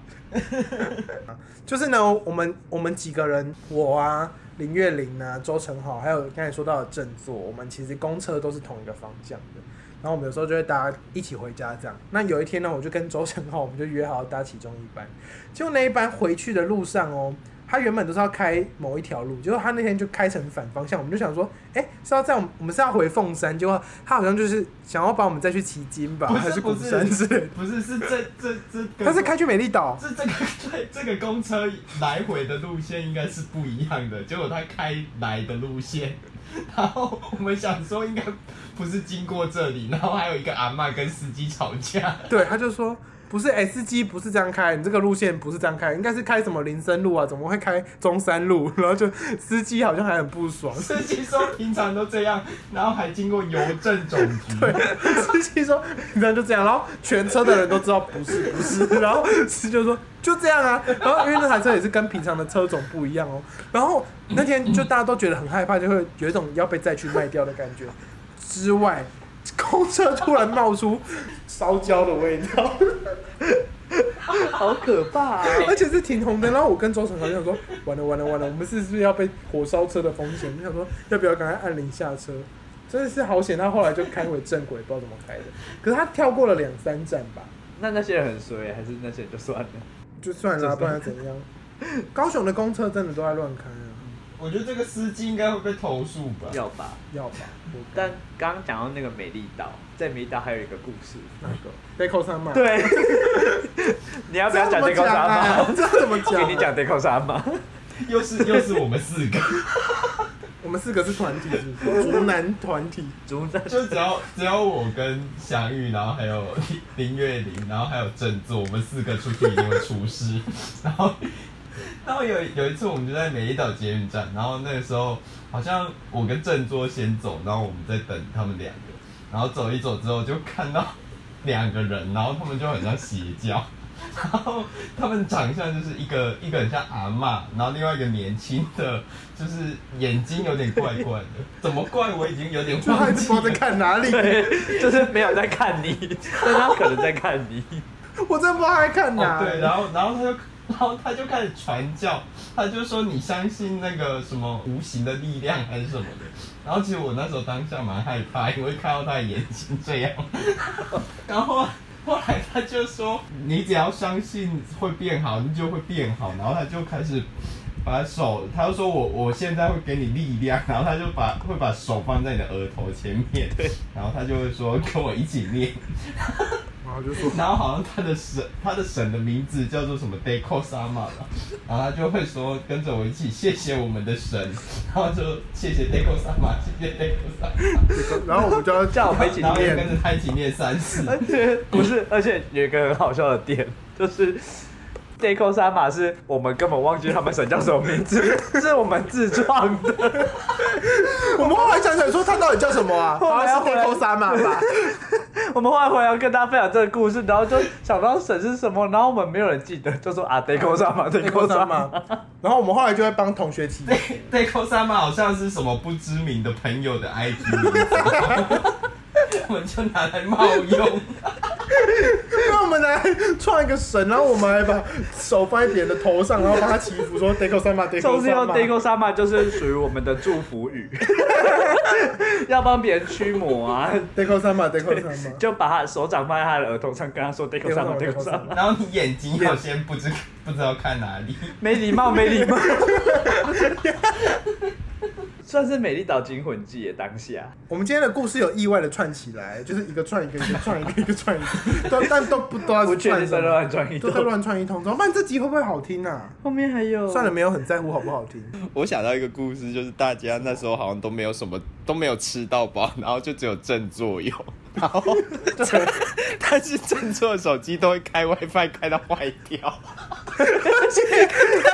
[SPEAKER 2] 就是呢，我们我们几个人，我啊，林月玲啊，周成好，还有刚才说到的振作，我们其实公车都是同一个方向的。然后我们有时候就会搭一起回家这样。那有一天呢，我就跟周成浩，我们就约好搭其中一班。结果那一班回去的路上哦，他原本都是要开某一条路，结果他那天就开成反方向。我们就想说，哎，是要在我们我们是要回凤山，结果他好像就是想要把我们再去旗津吧，
[SPEAKER 3] 不
[SPEAKER 2] 还
[SPEAKER 3] 是
[SPEAKER 2] 鼓
[SPEAKER 3] 啊不
[SPEAKER 2] 山之类的
[SPEAKER 3] 是。不是是这这这个，
[SPEAKER 2] 他是开去美丽岛，
[SPEAKER 3] 这这个 对这个公车来回的路线应该是不一样的，结果他开来的路线 然后我们想说应该不是经过这里，然后还有一个阿嬷跟司机吵架，
[SPEAKER 2] 对，他就说不是 S 机不是这样开，你这个路线不是这样开，应该是开什么林森路啊，怎么会开中山路？ 然后就司机好像还很不爽，
[SPEAKER 3] 司机说平常都这样，然后还经过邮政总局，
[SPEAKER 2] 司机说你这样就这样，然后全车的人都知道不是不是，然后司机就说就这样啊，然后因为那台车也是跟平常的车种不一样哦，然后那天就大家都觉得很害怕，就会有一种要被再去卖掉的感觉。之外，公车突然冒出烧焦的味道。
[SPEAKER 1] 好可怕、啊！
[SPEAKER 2] 而且是停红灯，然后我跟周成豪就想说，完了完了完了，我们是是不是要被火烧车的风险？就想说要不要赶快按铃下车？真的是好险，他后来就开回正轨，不知道怎么开的。可是他跳过了两三站吧，
[SPEAKER 1] 那那些人很衰，还是那些人就算了？
[SPEAKER 2] 就算了啊、不然怎样？高雄的公车真的都在乱开啊，
[SPEAKER 3] 我觉得这个司机应该会被投诉吧。
[SPEAKER 1] 要吧。
[SPEAKER 2] 要吧？我
[SPEAKER 1] 但刚刚讲到那个美丽岛，在美丽岛还有一个故事。
[SPEAKER 2] 那个被扣三嘛？，
[SPEAKER 1] 对， 你要不要
[SPEAKER 2] 这
[SPEAKER 1] 讲
[SPEAKER 2] 怎么
[SPEAKER 1] 对口
[SPEAKER 2] 讲
[SPEAKER 1] 沙
[SPEAKER 2] 啊？
[SPEAKER 1] 吗？
[SPEAKER 2] 这样怎 么
[SPEAKER 1] 我
[SPEAKER 2] 讲、
[SPEAKER 1] 给你讲，对口沙吗？
[SPEAKER 3] 又是又是我们四个，
[SPEAKER 2] 我们四个是团体，是不 是？竹南团体。
[SPEAKER 1] 竹子
[SPEAKER 3] 就只要只要我跟祥玉，然后还有林月玲，然后还有振作，我们四个出去一定会出事。然后，然后有有一次我们就在美丽岛捷运站，然后那个时候好像我跟振作先走，然后我们在等他们两个，然后走一走之后就看到两个人，然后他们就很像邪教。然后他们长相就是一个一个很像阿嬷，然后另外一个年轻的，就是眼睛有点怪怪的，怎么怪我已经有点
[SPEAKER 2] 就他
[SPEAKER 3] 忘
[SPEAKER 2] 一直
[SPEAKER 3] 记
[SPEAKER 2] 不知道
[SPEAKER 3] 了
[SPEAKER 2] 在。看哪里，
[SPEAKER 1] 对，就是没有在看你，但他可能在看你。
[SPEAKER 2] 我真的不知道他在看
[SPEAKER 3] 哦，
[SPEAKER 2] 哪里。
[SPEAKER 3] 对，然后然后他就 然后他就开始传教，他就说你相信那个什么无形的力量还是什么的。然后其实我那时候当下蛮害怕，因为看到他的眼睛这样。 然后后来他就说你只要相信会变好，你就会变好。然后他就开始。把手，他就说我我现在会给你力量，然后他就把会把手放在你的额头前面，然后他就会说跟我一起念，
[SPEAKER 2] 然后就说
[SPEAKER 3] 然后好像他的神，他的神的名字叫做什么 Deco Sama 吧，然后他就会说跟着我一起谢谢我们的神， 然后就谢谢 Deco Sama，谢谢 Deco Sama，
[SPEAKER 2] 然后我们就要
[SPEAKER 1] 叫我们一起
[SPEAKER 3] 然后也跟
[SPEAKER 1] 念
[SPEAKER 3] 着他一起念三次，
[SPEAKER 1] 而且不是，而且有一个很好笑的点，就是 Deco 三马是我们根本忘记他们神叫什么名字，是我们自创的。
[SPEAKER 2] 我们后来想想说他到底叫什么啊？
[SPEAKER 1] 后
[SPEAKER 2] 好
[SPEAKER 1] 来要
[SPEAKER 2] 像
[SPEAKER 1] 回
[SPEAKER 2] 是
[SPEAKER 1] 来
[SPEAKER 2] Deco 三嘛吧？
[SPEAKER 1] 我们后来回来跟大家分享这个故事，然后就想到神是什么，然后我们没有人记得，就说 啊 Deco 三马 Deco 三马。
[SPEAKER 2] 然后我们后来就会帮同学起名，
[SPEAKER 3] Deco Sama 好像是什么不知名的朋友的 IP 名字，我们就拿来冒用。
[SPEAKER 2] 因为我们来创一个神，然后我们还把手放在别人的头上，然后帮他祈福，说 Deco 三嘛
[SPEAKER 1] 总
[SPEAKER 2] ，Deco
[SPEAKER 1] 之，用
[SPEAKER 2] 三嘛。
[SPEAKER 1] Deco 三马就是属于我们的祝福语， 要帮别人驱魔啊，
[SPEAKER 2] Deco 三嘛，Deco 三嘛。
[SPEAKER 1] 就把他的手掌放在他的额头上，跟他说 Deco 三马 Deco 三马。
[SPEAKER 3] 然后你眼睛要先不知不知道看哪里，
[SPEAKER 1] 没礼 貌，没礼貌。算是美丽岛惊魂记耶，当下
[SPEAKER 2] 我们今天的故事有意外的串起来，就是一个串一个，一个串一个，一个串一个，都但都不都要
[SPEAKER 1] 不确定
[SPEAKER 2] 串
[SPEAKER 1] 在
[SPEAKER 2] 什
[SPEAKER 1] 乱
[SPEAKER 2] 么，
[SPEAKER 1] 转一
[SPEAKER 2] 都在
[SPEAKER 1] 通，
[SPEAKER 2] 乱串一通。怎么办？这集会不会好听啊？
[SPEAKER 1] 后面还有
[SPEAKER 2] 算了，，没有很在乎好不好听。
[SPEAKER 4] 我想到一个故事，就是大家那时候好像都没有什么都没有吃到饱， 然后就只有振作有，然后 但是振作的手机都会开 WiFi 开到坏掉，
[SPEAKER 2] 他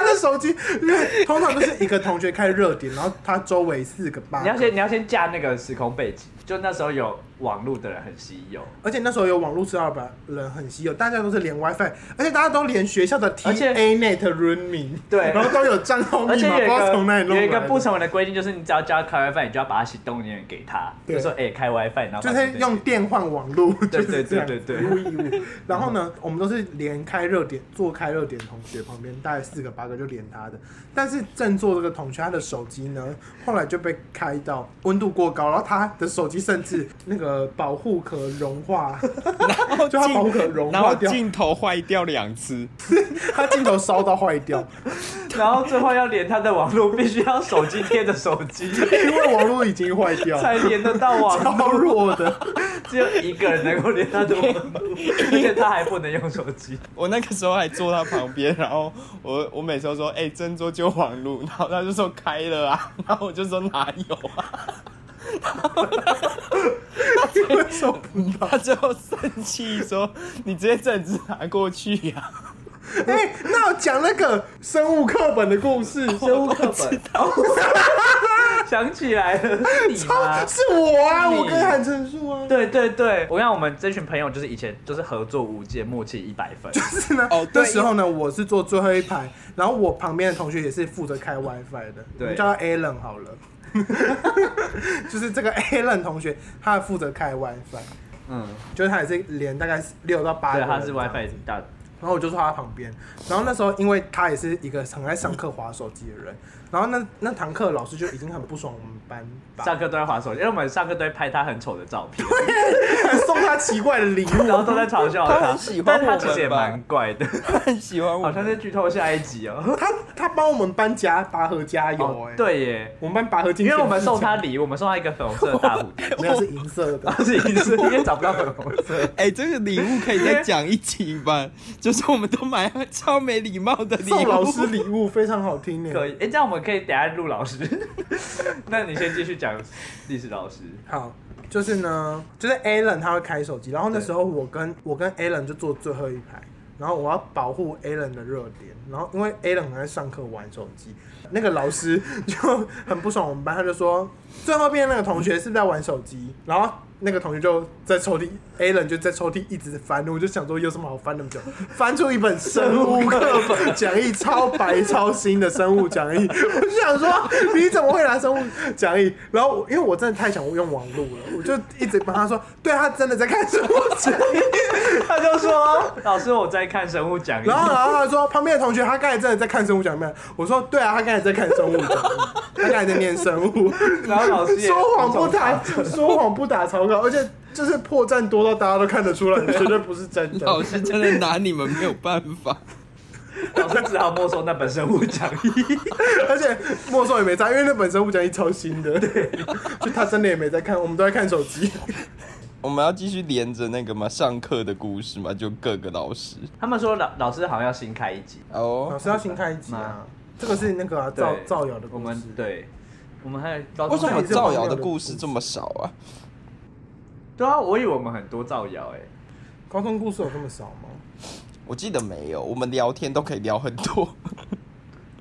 [SPEAKER 2] 的手机，因为通常都是一个同学开热点，然后他周围四个八
[SPEAKER 1] 你要
[SPEAKER 2] 个，
[SPEAKER 1] 先你要先架那个时空背景，就那时候有网络的人很稀有，
[SPEAKER 2] 而且那时候有网络吃到吧人很稀有，大家都是连 WiFi，而且大家都连学校的
[SPEAKER 1] 而
[SPEAKER 2] TA
[SPEAKER 1] 且
[SPEAKER 2] Net Rooming，
[SPEAKER 1] 对
[SPEAKER 2] 然后都有账号
[SPEAKER 1] 而
[SPEAKER 2] 密
[SPEAKER 1] 且有
[SPEAKER 2] 码，不
[SPEAKER 1] 一
[SPEAKER 2] 知道从哪里
[SPEAKER 1] 个
[SPEAKER 2] 弄
[SPEAKER 1] 有
[SPEAKER 2] 来
[SPEAKER 1] 一个
[SPEAKER 2] 的
[SPEAKER 1] 不成文的规定，就是你只要叫他开 WiFi，你就要把他行动电源给他，
[SPEAKER 2] 对
[SPEAKER 1] 就说哎、开 WiFi，然后把
[SPEAKER 2] 就
[SPEAKER 1] 行
[SPEAKER 2] 是
[SPEAKER 1] 动电源
[SPEAKER 2] 用电换网络，就
[SPEAKER 1] 对
[SPEAKER 2] 是
[SPEAKER 1] 对
[SPEAKER 2] 这
[SPEAKER 1] 对
[SPEAKER 2] 样
[SPEAKER 1] 对对，
[SPEAKER 2] 无一物。然后呢，我们都是连开热点，坐开热点同学旁边大概四个八个就连他的，但是正坐这个同学他的手机呢，后来就被开到温度过高，然后他的手机甚至那个保护壳融化，
[SPEAKER 4] 然后
[SPEAKER 2] 就它
[SPEAKER 4] 镜
[SPEAKER 2] 把我可能融化
[SPEAKER 4] 然后
[SPEAKER 2] 掉
[SPEAKER 4] 镜头坏掉两次，
[SPEAKER 2] 他镜头烧到坏掉，
[SPEAKER 1] 然后最后要连他的网络，必须要手机贴着手 机
[SPEAKER 2] 因为网络已经坏掉，
[SPEAKER 1] 才连得到网
[SPEAKER 2] 超
[SPEAKER 1] 络，
[SPEAKER 2] 弱的。
[SPEAKER 1] 只有一个人能够连他的网络， 而且他还不能用手机。
[SPEAKER 4] 我那个时候还坐他旁边，然后我我每次都说，哎、振作就网路， 然后他就说开了啊， 然后我就说哪有 啊，
[SPEAKER 2] 为什么不要？
[SPEAKER 4] 他最后生气说，你直接整只拿过去呀、啊，
[SPEAKER 2] 哎、那我讲那个生物课本的故事，
[SPEAKER 1] 生物课本， 想起来了，是你吗？
[SPEAKER 2] 是我 啊，
[SPEAKER 1] 你
[SPEAKER 2] 我跟韩晨树啊，
[SPEAKER 1] 对对对，我看我们这群朋友就是以前就是合作无间，默契一百分。
[SPEAKER 2] 是呢。
[SPEAKER 4] 哦对
[SPEAKER 2] 那时候呢，我是坐最后一排，然后我旁边的同学也是负责开 WiFi 的，我
[SPEAKER 1] 对
[SPEAKER 2] 们叫他 Alan 好了。 就是这个 Alan 同学，他负责开 WiFi，
[SPEAKER 1] 嗯，
[SPEAKER 2] 就是他也是连大概六到八
[SPEAKER 1] 对，
[SPEAKER 2] 个人
[SPEAKER 1] 他是
[SPEAKER 2] 这样
[SPEAKER 1] WiFi 大，
[SPEAKER 2] 然后我就坐他旁边，然后那时候因为他也是一个很爱上课划手机的人，然后那那堂课老师就已经很不爽我们班吧，
[SPEAKER 1] 上课都在划手机，因为我们上课都会拍他很丑的照片，
[SPEAKER 4] 啊
[SPEAKER 2] 还 送他奇怪的礼物，
[SPEAKER 1] 然后都在嘲笑
[SPEAKER 4] 他
[SPEAKER 1] 他
[SPEAKER 4] 很喜欢。
[SPEAKER 1] 但是他
[SPEAKER 4] 我
[SPEAKER 1] 其
[SPEAKER 4] 们
[SPEAKER 1] 实也
[SPEAKER 4] 吧
[SPEAKER 1] 蛮怪 的，
[SPEAKER 4] 他很喜欢我
[SPEAKER 1] 好，像在剧透下一集哦。
[SPEAKER 2] 他他帮我们班加拔河加油、
[SPEAKER 1] 哦
[SPEAKER 4] 欸
[SPEAKER 2] 哎、，
[SPEAKER 1] 对耶，
[SPEAKER 2] 我们班拔河进，
[SPEAKER 1] 因为我们送他礼，物，我们送他一个粉红色的大蝴 蝶，
[SPEAKER 2] 没有是银色的，
[SPEAKER 1] 当时一次因为找不到粉红色。
[SPEAKER 4] 哎、这个礼物可以再讲一集吧，就是我们都买了超没礼貌的礼
[SPEAKER 2] 送
[SPEAKER 4] 物，
[SPEAKER 2] 老师礼物非常好听呢、
[SPEAKER 1] 可以，哎、这样我们可以等一下录老师。 那你先继续讲历史老师。
[SPEAKER 2] 好，就是呢，就是 Alan 他会开手机，然后那
[SPEAKER 1] 对
[SPEAKER 2] 时候我跟我跟 Alan 就坐最后一排，然后我要保护 Alan 的热点，然后因为 Alan 很爱上课玩手机，那个老师就很不爽我们班，他就说最后边那个同学是不是在玩手机？然后那个同学就在抽屉，Alan 就在抽屉一直翻，我就想说有什么好翻那么久， 翻出一本生物课本讲义，超白超新的生物讲义，我就想说你怎么会拿生物讲义？然后我因为我真的太想用网络了，我就一直帮他说，对他真的在看生物讲义，
[SPEAKER 1] 他就说：“老师，我在看生物讲义。
[SPEAKER 2] 然后然后他说旁边的同学他刚才真的在看生物讲义，我说对啊，他刚才在看生物讲义，他刚才在念生物。”
[SPEAKER 1] 然后老师也
[SPEAKER 2] 说谎不
[SPEAKER 1] 打
[SPEAKER 2] 打，说谎不打草稿，而且就是破绽多到大家都看得出来，绝对不是真的。
[SPEAKER 4] 老师真的拿你们没有办法。
[SPEAKER 1] 老师只好没收那本生物讲 义。
[SPEAKER 2] 而且没收也没在，因为那本身物讲义超新的，对，就他真的也没在看，我们都在看手机。
[SPEAKER 4] 我们要继续连着那个嘛上课的故事嘛，就各个老师
[SPEAKER 1] 他们说老老师好像要新开一集，
[SPEAKER 2] 老
[SPEAKER 4] 哦。
[SPEAKER 2] 师要新开一集啊，这个是那个啊
[SPEAKER 1] 对
[SPEAKER 2] 造造谣的
[SPEAKER 1] 我
[SPEAKER 2] 故
[SPEAKER 1] 们
[SPEAKER 2] 事。
[SPEAKER 1] 对，我们还有高
[SPEAKER 4] 为
[SPEAKER 1] 中
[SPEAKER 4] 什
[SPEAKER 1] 还
[SPEAKER 4] 么
[SPEAKER 1] 有
[SPEAKER 4] 造谣的故事这么少啊？
[SPEAKER 1] 对啊，我以为我们很多造谣哎、
[SPEAKER 2] 高中故事有这么少吗？
[SPEAKER 4] 我记得没有，我们聊天都可以聊很 多，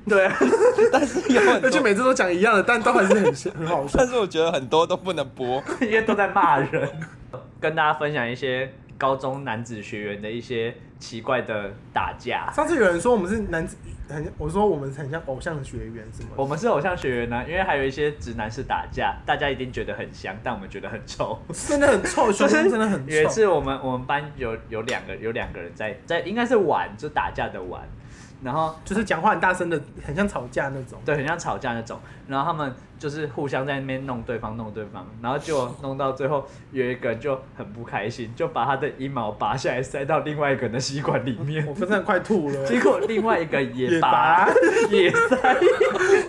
[SPEAKER 1] 对啊，
[SPEAKER 4] 但是有很
[SPEAKER 2] 而且
[SPEAKER 4] 多，
[SPEAKER 2] 每次都讲一样的，但都还是很 很好笑。
[SPEAKER 4] 但是我觉得很多都不能播。
[SPEAKER 1] 因为都在骂人。跟大家分享一些高中男子学员的一些奇怪的打架。
[SPEAKER 2] 上次有人说我们是男子，很我说我们很像偶像的学员什么
[SPEAKER 1] 我
[SPEAKER 2] 的，
[SPEAKER 1] 们是偶像学员呢、因为还有一些直男是打架，大家一定觉得很香，但我们觉得很臭。
[SPEAKER 2] 真的很臭，学 生真的很
[SPEAKER 1] 有一
[SPEAKER 2] 臭。
[SPEAKER 1] 次我们我们班有有两个有两个人在在应该是玩就打架的玩，然后
[SPEAKER 2] 就是讲话很大声的，很像吵架 那种。
[SPEAKER 1] 对很像吵架那种，然后他们就是互相在那边弄对方弄对方，然后就弄到最后有一个人就很不开心，就把他的阴毛拔下来塞到另外一个人的吸管里面
[SPEAKER 2] 我，真的快吐了。
[SPEAKER 1] 结果另外一个也
[SPEAKER 2] 也
[SPEAKER 1] 拔
[SPEAKER 2] 拔
[SPEAKER 1] 也塞，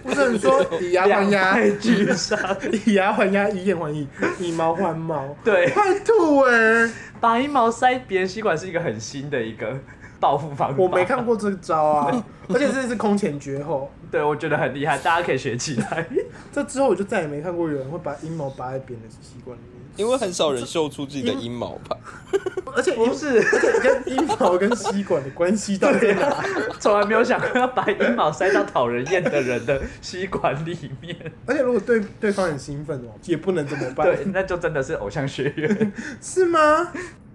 [SPEAKER 2] 不是你说以 牙还
[SPEAKER 1] 两
[SPEAKER 2] 牙，
[SPEAKER 1] 败俱伤。
[SPEAKER 2] 以牙还牙，以眼还眼，以毛还毛，
[SPEAKER 1] 对，
[SPEAKER 2] 快吐哎、
[SPEAKER 1] 拔阴毛塞别人吸管是一个很新的一个报复方法，
[SPEAKER 2] 我没看过这招啊，而且这是空前绝后。
[SPEAKER 1] 对，我觉得很厉害，大家可以学起来。
[SPEAKER 2] 这之后我就再也没看过有人会把阴毛拔在别人的习惯里面，
[SPEAKER 4] 因为很少人秀出自己的阴毛吧？
[SPEAKER 2] 而且
[SPEAKER 1] 不
[SPEAKER 2] 阴
[SPEAKER 1] 是，
[SPEAKER 2] 跟阴毛跟吸管的关系到底在哪？
[SPEAKER 1] 从来没有想过要把阴毛塞到讨人厌的人的吸管里面。
[SPEAKER 2] 而且如果对对方很兴奋哦，也不能怎么办，
[SPEAKER 1] 对，那就真的是偶像学 院。
[SPEAKER 2] 是吗？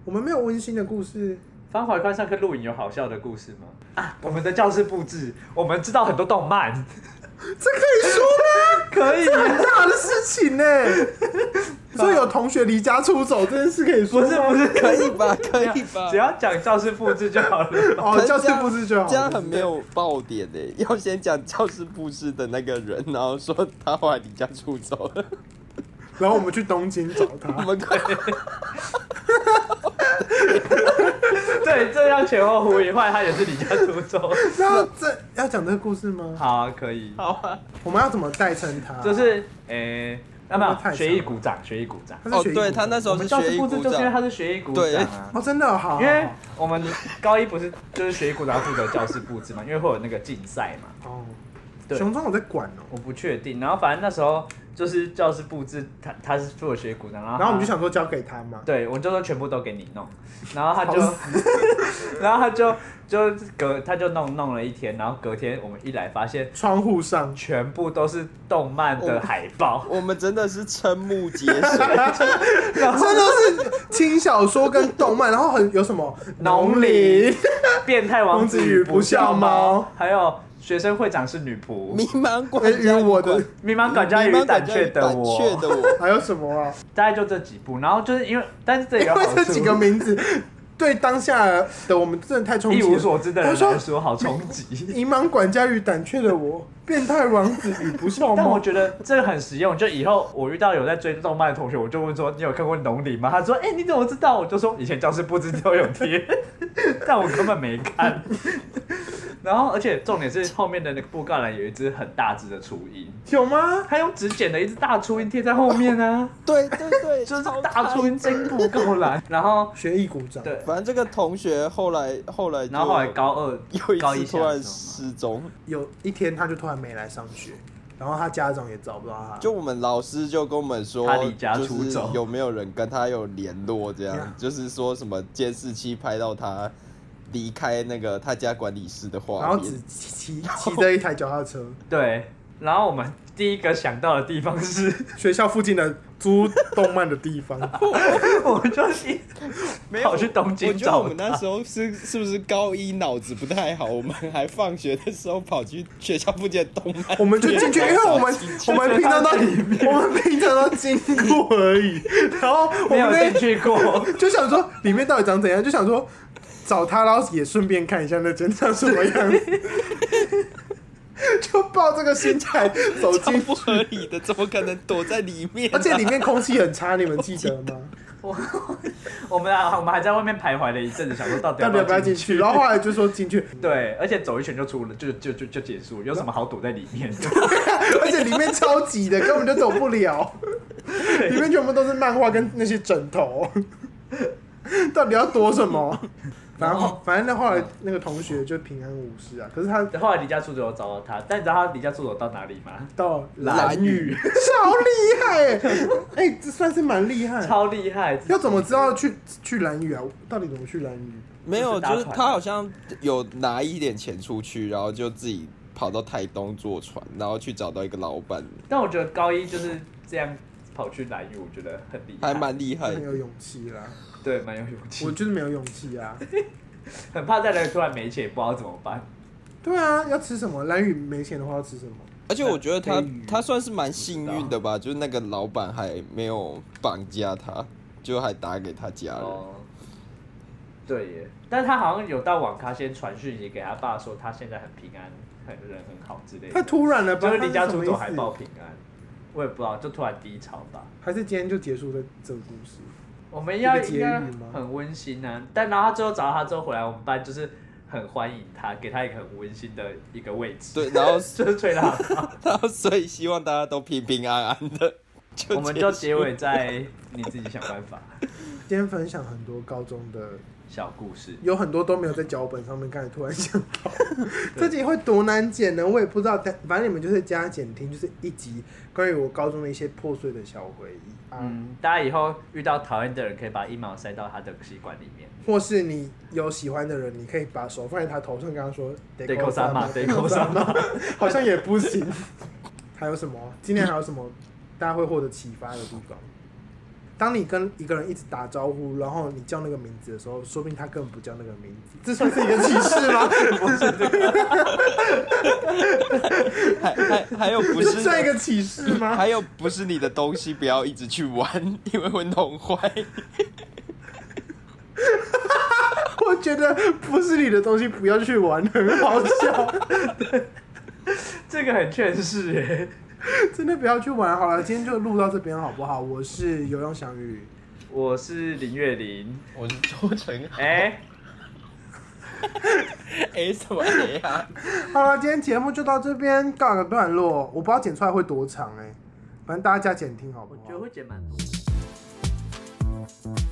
[SPEAKER 2] 我们没有温馨的故事，
[SPEAKER 1] 方怀宽上课录影有好笑的故事吗？啊，我们的教室布置，我们知道很多动漫，
[SPEAKER 2] 这可以说吗？
[SPEAKER 1] 可以。
[SPEAKER 2] 很大的事 情呢、所以有同学离家出走这件事可以说
[SPEAKER 1] 不
[SPEAKER 2] 吗
[SPEAKER 1] 是不 是，
[SPEAKER 4] 可以吧？可以吧
[SPEAKER 1] 只？要讲教室布置就好了。
[SPEAKER 2] 哦，教室布置就好了，
[SPEAKER 4] 这样很没有爆点
[SPEAKER 3] 欸
[SPEAKER 4] 诶、要先讲教室布置的那个人，然后说他后来离家出走了。
[SPEAKER 2] 然后我 们去东京找
[SPEAKER 4] 我
[SPEAKER 2] 他，
[SPEAKER 4] 们快，
[SPEAKER 1] 对，这样前后呼应，坏他也是离家出走。
[SPEAKER 2] 然后这要讲这个故事吗？
[SPEAKER 1] 好、啊，可以，
[SPEAKER 3] 好啊，
[SPEAKER 2] 我们要怎么代称他？
[SPEAKER 1] 就是诶，要不
[SPEAKER 2] 会不会
[SPEAKER 1] 要
[SPEAKER 2] 太长
[SPEAKER 1] 学艺鼓掌？学艺鼓掌。
[SPEAKER 2] 他是学
[SPEAKER 3] 哦
[SPEAKER 2] 艺
[SPEAKER 3] 对
[SPEAKER 2] 股
[SPEAKER 3] 他那时候
[SPEAKER 1] 我们
[SPEAKER 3] 是
[SPEAKER 1] 教
[SPEAKER 3] 学
[SPEAKER 1] 师
[SPEAKER 3] 艺
[SPEAKER 1] 布置
[SPEAKER 3] 鼓
[SPEAKER 1] 就是因为他
[SPEAKER 3] 掌，
[SPEAKER 1] 是学艺鼓
[SPEAKER 3] 对
[SPEAKER 1] 掌啊。
[SPEAKER 2] 哦，真的哦好，
[SPEAKER 1] 因为我们高一不是就是学艺鼓掌要负责教室布置嘛，因为会有那个竞赛嘛。
[SPEAKER 2] 好哦，
[SPEAKER 1] 对
[SPEAKER 2] 熊中我在管哦，
[SPEAKER 1] 我不确定，然后反正那时候就是教室布置，他他是负责学鼓掌，然后
[SPEAKER 2] 然后我们就想说交给他嘛，
[SPEAKER 1] 啊对，我就说全部都给你弄，然后他就， 然后他就就隔他就弄弄了一天，然后隔天我们一来发现
[SPEAKER 2] 窗户上
[SPEAKER 1] 全部都是动漫的海报，
[SPEAKER 2] 哦
[SPEAKER 3] 我们真的是瞠目结舌。
[SPEAKER 2] 真的是轻小说跟动漫，然后很有什么
[SPEAKER 1] 农
[SPEAKER 2] 林
[SPEAKER 1] 林、变态王子与不孝
[SPEAKER 2] 王子与不孝
[SPEAKER 1] 猫
[SPEAKER 2] 猫，
[SPEAKER 1] 还有学生会长是女仆
[SPEAKER 3] 迷，
[SPEAKER 2] 哎
[SPEAKER 3] 茫管
[SPEAKER 2] 与我的，
[SPEAKER 1] 迷茫管家与胆怯的
[SPEAKER 3] 胆怯
[SPEAKER 1] 我，
[SPEAKER 3] 的 我，
[SPEAKER 2] 还有什么啊？
[SPEAKER 1] 大概就这几部，然后就是因为，但是这也
[SPEAKER 2] 因
[SPEAKER 1] 有好
[SPEAKER 2] 为
[SPEAKER 1] 处
[SPEAKER 2] 这几个名字对当下的我们真的太冲击
[SPEAKER 1] 一
[SPEAKER 2] 了。
[SPEAKER 1] 无所知的人
[SPEAKER 2] 他说
[SPEAKER 1] 来说好冲击。
[SPEAKER 2] 银盲管家与胆怯的我，变态王子与不
[SPEAKER 3] 哦
[SPEAKER 2] 孝
[SPEAKER 1] 但我
[SPEAKER 2] 猫。
[SPEAKER 1] 觉得这个很实用，就以后我遇到有在追动漫的同学，我就问说：“你有看过《农林》吗？”他说：“哎、你怎么知道？”我就说：“以前教室布置都有 贴，但我根本没看。”然后，而且重点是后面的那个布告栏有一只很大只的雏鹰，
[SPEAKER 2] 有吗？
[SPEAKER 1] 他用纸剪了一只大雏鹰贴在后面 啊，
[SPEAKER 3] 对对对，
[SPEAKER 1] 就是
[SPEAKER 3] 超
[SPEAKER 1] 大
[SPEAKER 3] 惨
[SPEAKER 1] 雏鹰真布告栏。然后，
[SPEAKER 2] 学艺鼓掌。
[SPEAKER 1] 对，
[SPEAKER 3] 反正这个同学后来后来就，
[SPEAKER 1] 然后后来高二
[SPEAKER 3] 又
[SPEAKER 1] 高
[SPEAKER 3] 一
[SPEAKER 1] 一
[SPEAKER 3] 次突
[SPEAKER 1] 下的
[SPEAKER 3] 然
[SPEAKER 1] 时候嘛
[SPEAKER 3] 失踪，
[SPEAKER 2] 有一天他就突然没来上学，然后他家长也找不到他。
[SPEAKER 3] 就我们老师就跟我们说，
[SPEAKER 1] 他离家出
[SPEAKER 3] 就是
[SPEAKER 1] 走
[SPEAKER 3] 有没有人跟他有联络？这样
[SPEAKER 2] Yeah
[SPEAKER 3] 就是说什么监视器拍到他离开那个他家管理室的
[SPEAKER 2] 然
[SPEAKER 3] 画
[SPEAKER 2] 后只
[SPEAKER 3] 面。
[SPEAKER 2] 骑骑骑着一台脚踏车，
[SPEAKER 1] 对，然后我们第一个想到的地方 是，
[SPEAKER 2] 学校附近的租动漫的地 方。
[SPEAKER 1] 我们就是一
[SPEAKER 3] 没
[SPEAKER 1] 跑去东京
[SPEAKER 3] 我觉得
[SPEAKER 1] 找
[SPEAKER 3] 我们那时候是是不是高一脑子不太好？我们还放学的时候跑去学校附近的动漫店，
[SPEAKER 2] 我们就进去，因为 我们我们平常都
[SPEAKER 1] 就觉得
[SPEAKER 2] 我们平常都经过而已，然后我
[SPEAKER 1] 没有
[SPEAKER 2] 们那
[SPEAKER 1] 进去过。
[SPEAKER 2] 就想说里面到底长怎样，就想说找他，然后也顺便看一下那间长什么样子， 就抱这个心态走
[SPEAKER 3] 超
[SPEAKER 2] 进，
[SPEAKER 3] 不合理的，怎么可能躲在里面、啊
[SPEAKER 2] 而且里面空气很差，你们记得吗？
[SPEAKER 1] 我我们啊，我们还在外面徘徊了一阵子，想说到底
[SPEAKER 2] 要
[SPEAKER 1] 要
[SPEAKER 2] 不要不要进
[SPEAKER 1] 进
[SPEAKER 2] 去？然后后来就说进去，
[SPEAKER 1] 对，而且走一圈就出了，就就就就结束，有什么好躲在里 面？
[SPEAKER 2] 而且里面超挤的，根本就走不了，里面全部都是漫画跟那些枕头，到底要躲什么？反正后反正那后来那个同学就平安无事啊，可是他
[SPEAKER 1] 后来离家出走，我找到他，但你知道他离家出走到哪里吗？
[SPEAKER 2] 到
[SPEAKER 1] 蓝
[SPEAKER 2] 屿，超厉害哎、哎、这算是蛮厉害。
[SPEAKER 1] 超厉害！
[SPEAKER 2] 要怎么知道去去蓝屿啊？到底怎么去蓝屿？
[SPEAKER 3] 没有，
[SPEAKER 1] 就是搭
[SPEAKER 3] 就是
[SPEAKER 2] 啊
[SPEAKER 1] 船
[SPEAKER 3] 他好像有拿一点钱出去，然后就自己跑到台东坐船，然后去找到一个老板，
[SPEAKER 1] 但我觉得高一就是这样跑去蓝屿，我觉得很厉害，
[SPEAKER 3] 还蛮厉害
[SPEAKER 2] 很。有勇气啦，
[SPEAKER 1] 对，蛮有勇气
[SPEAKER 2] 我。就是没有勇气啊。
[SPEAKER 1] 很怕在那里突然没钱，不知道怎么 办。
[SPEAKER 2] 对啊，要吃什么？蓝屿没钱的话要吃什么？
[SPEAKER 3] 而且我觉得他
[SPEAKER 1] 飞鱼
[SPEAKER 3] 他算是蛮幸运的吧，就是那个老板还没有绑架他，就还打给他家人。
[SPEAKER 1] 哦，对耶，但他好像有到网咖先传讯息给他爸说他现在很平安，很人很好之类的。
[SPEAKER 2] 太突然了 吧？
[SPEAKER 1] 就是离家出走
[SPEAKER 2] 他
[SPEAKER 1] 还
[SPEAKER 2] 是什么
[SPEAKER 1] 报
[SPEAKER 2] 意思
[SPEAKER 1] 平安，我也不知道，就突然低潮吧。
[SPEAKER 2] 还是今天就结束的这个故事？
[SPEAKER 1] 我们要
[SPEAKER 2] 一个结
[SPEAKER 1] 应
[SPEAKER 2] 语
[SPEAKER 1] 该
[SPEAKER 2] 吗
[SPEAKER 1] 很温馨啊，但然后他最后找到他之后回来，我们班就是很欢迎他，给他一个很温馨的一个位置，
[SPEAKER 3] 对，然后
[SPEAKER 1] 就是吹 喇叭。
[SPEAKER 3] 然后所以希望大家都平平安安的。 就
[SPEAKER 1] 我们
[SPEAKER 3] 结
[SPEAKER 1] 就
[SPEAKER 3] 束
[SPEAKER 1] 结尾在你自己想办法。
[SPEAKER 2] 今天分享很多高中的，
[SPEAKER 1] 小故事，
[SPEAKER 2] 有很多都没有在脚本上面。刚才突然想 到，这集会多难剪呢？我也不知道。但反正你们就是加减听，就是一集关于我高中的一些破碎的小回忆啊。
[SPEAKER 1] 嗯，大家以后遇到讨厌的人，可以把一毛塞到他的吸管里面。
[SPEAKER 2] 或是你有喜欢的人，你可以把手放在他头上，跟他说
[SPEAKER 1] Deco 三嘛
[SPEAKER 2] Deco
[SPEAKER 1] Deco 三嘛
[SPEAKER 2] 嘛”， 好像也不行。还有什么？今年还有什么大家会获得启发的地方？当你跟一个人一直打招呼，然后你叫那个名字的时候，说不定他根本不叫那个名字，这算是一个启示吗？
[SPEAKER 3] 还还还有不
[SPEAKER 2] 这
[SPEAKER 3] 是
[SPEAKER 2] 算一个启示吗？
[SPEAKER 3] 还有不是你的东西，不要一直去玩， 因为会弄坏。
[SPEAKER 2] 我觉得不是你的东西，不要去玩，很好笑，
[SPEAKER 1] 这个很劝世耶，
[SPEAKER 2] 真的不要去玩。好了，今天就录到这边好不好？我是游泳翔宇。
[SPEAKER 1] 我是林月玲，
[SPEAKER 3] 我是周成，
[SPEAKER 1] 哎、
[SPEAKER 4] 哎，什么哎
[SPEAKER 3] 啊
[SPEAKER 4] 呀？
[SPEAKER 2] 好了，今天节目就到这边告个段落。我不知道剪出来会欸多长哎、反正大家加减听好不
[SPEAKER 1] 我
[SPEAKER 2] 好
[SPEAKER 1] 觉？得会减蛮多的。